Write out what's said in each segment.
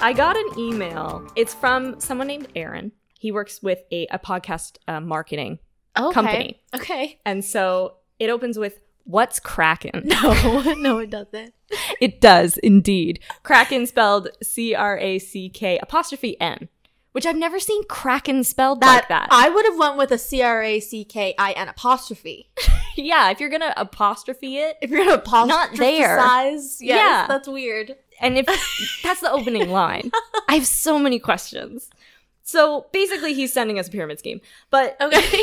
I got an email. It's from someone named Aaron. He works with a, a podcast uh, marketing Okay. company. Okay. And so it opens with, What's Kraken? No, no, it doesn't. it does indeed. Kraken spelled C R A C K apostrophe N, which I've never seen Kraken spelled like that. I would have went with a C R A C K I N apostrophe. yeah, if you're going to apostrophe it, If you're gonna apostrophize, there. yes, Yeah. that's weird. and if that's the opening line, I have so many questions. So basically, he's sending us a pyramid scheme, but Okay.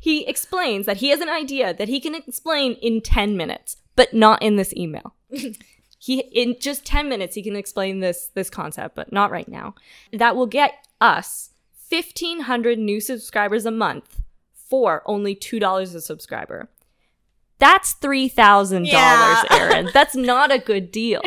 he explains that he has an idea that he can explain in 10 minutes, but not in this email. he in just 10 minutes he can explain this this concept, but not right now. That will get us 1500 new subscribers a month for only $2 a subscriber. That's $3,000, Yeah. Aaron. That's not a good deal.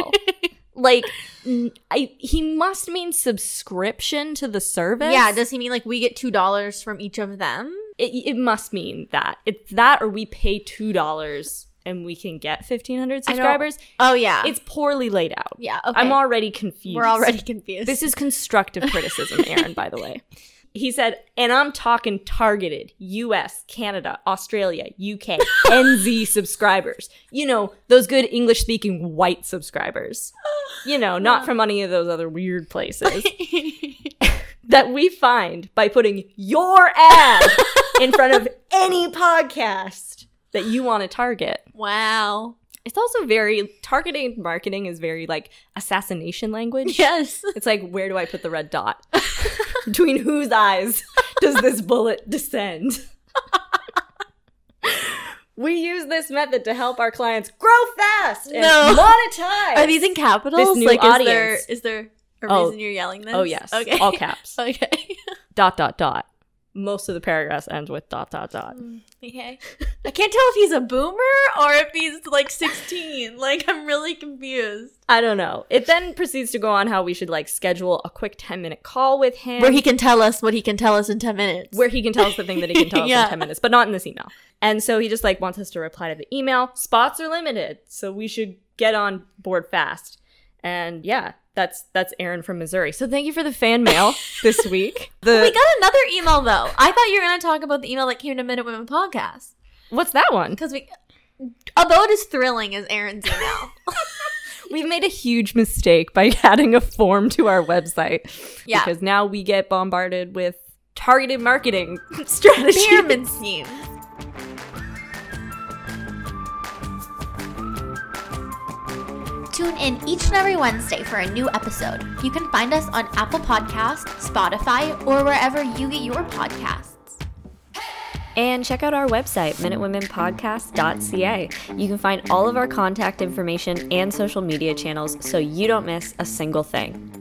like n- I, he must mean subscription to the service. yeah. Does he mean like we get two dollars from each of them? it, it must mean that it's that or we pay two dollars and we can get 1500 I don't- subscribers Oh yeah. it's poorly laid out yeah. Okay. i'm already confused We're already confused. this is constructive criticism aaron by the way he said and i'm talking targeted us canada australia uk nz subscribers you know those good english speaking white subscribers you know not from any of those other weird places that we find by putting your ad in front of any podcast that you want to target. wow. It's also very targeted marketing is very like assassination language. Yes. It's like where do I put the red dot? Between whose eyes does this bullet descend? we use this method to help our clients grow fast and No. monetize. Are these in capitals? This new like, audience. is there is there a Oh. reason you're yelling this? Oh yes. Okay. All caps. okay. dot dot dot. Most of the paragraphs end with dot dot dot. Okay. I can't tell if he's a boomer or if he's like 16. Like, I'm really confused. I don't know. It then proceeds to go on how we should like schedule a quick 10 minute call with him Where he can tell us what he can tell us in 10 minutes. where he can tell us the thing that he can tell us Yeah. in 10 minutes, but not in this email. And so he just like wants us to reply to the email. Spots are limited, so we should get on board fast. And yeah, that's that's Aaron from Missouri. So thank you for the fan mail this week. The we got another email though. I thought you were going to talk about the email that came to Minute Women podcast. What's that one? Because we. Although it is thrilling as Aaron's email. We've made a huge mistake by adding a form to our website. Yeah. Because now we get bombarded with targeted marketing strategies. Pyramid scheme. Tune in each and every Wednesday for a new episode. You can find us on Apple Podcasts, Spotify, or wherever you get your podcasts. And check out our website, MinuteWomenPodcast.ca. You can find all of our contact information and social media channels so you don't miss a single thing.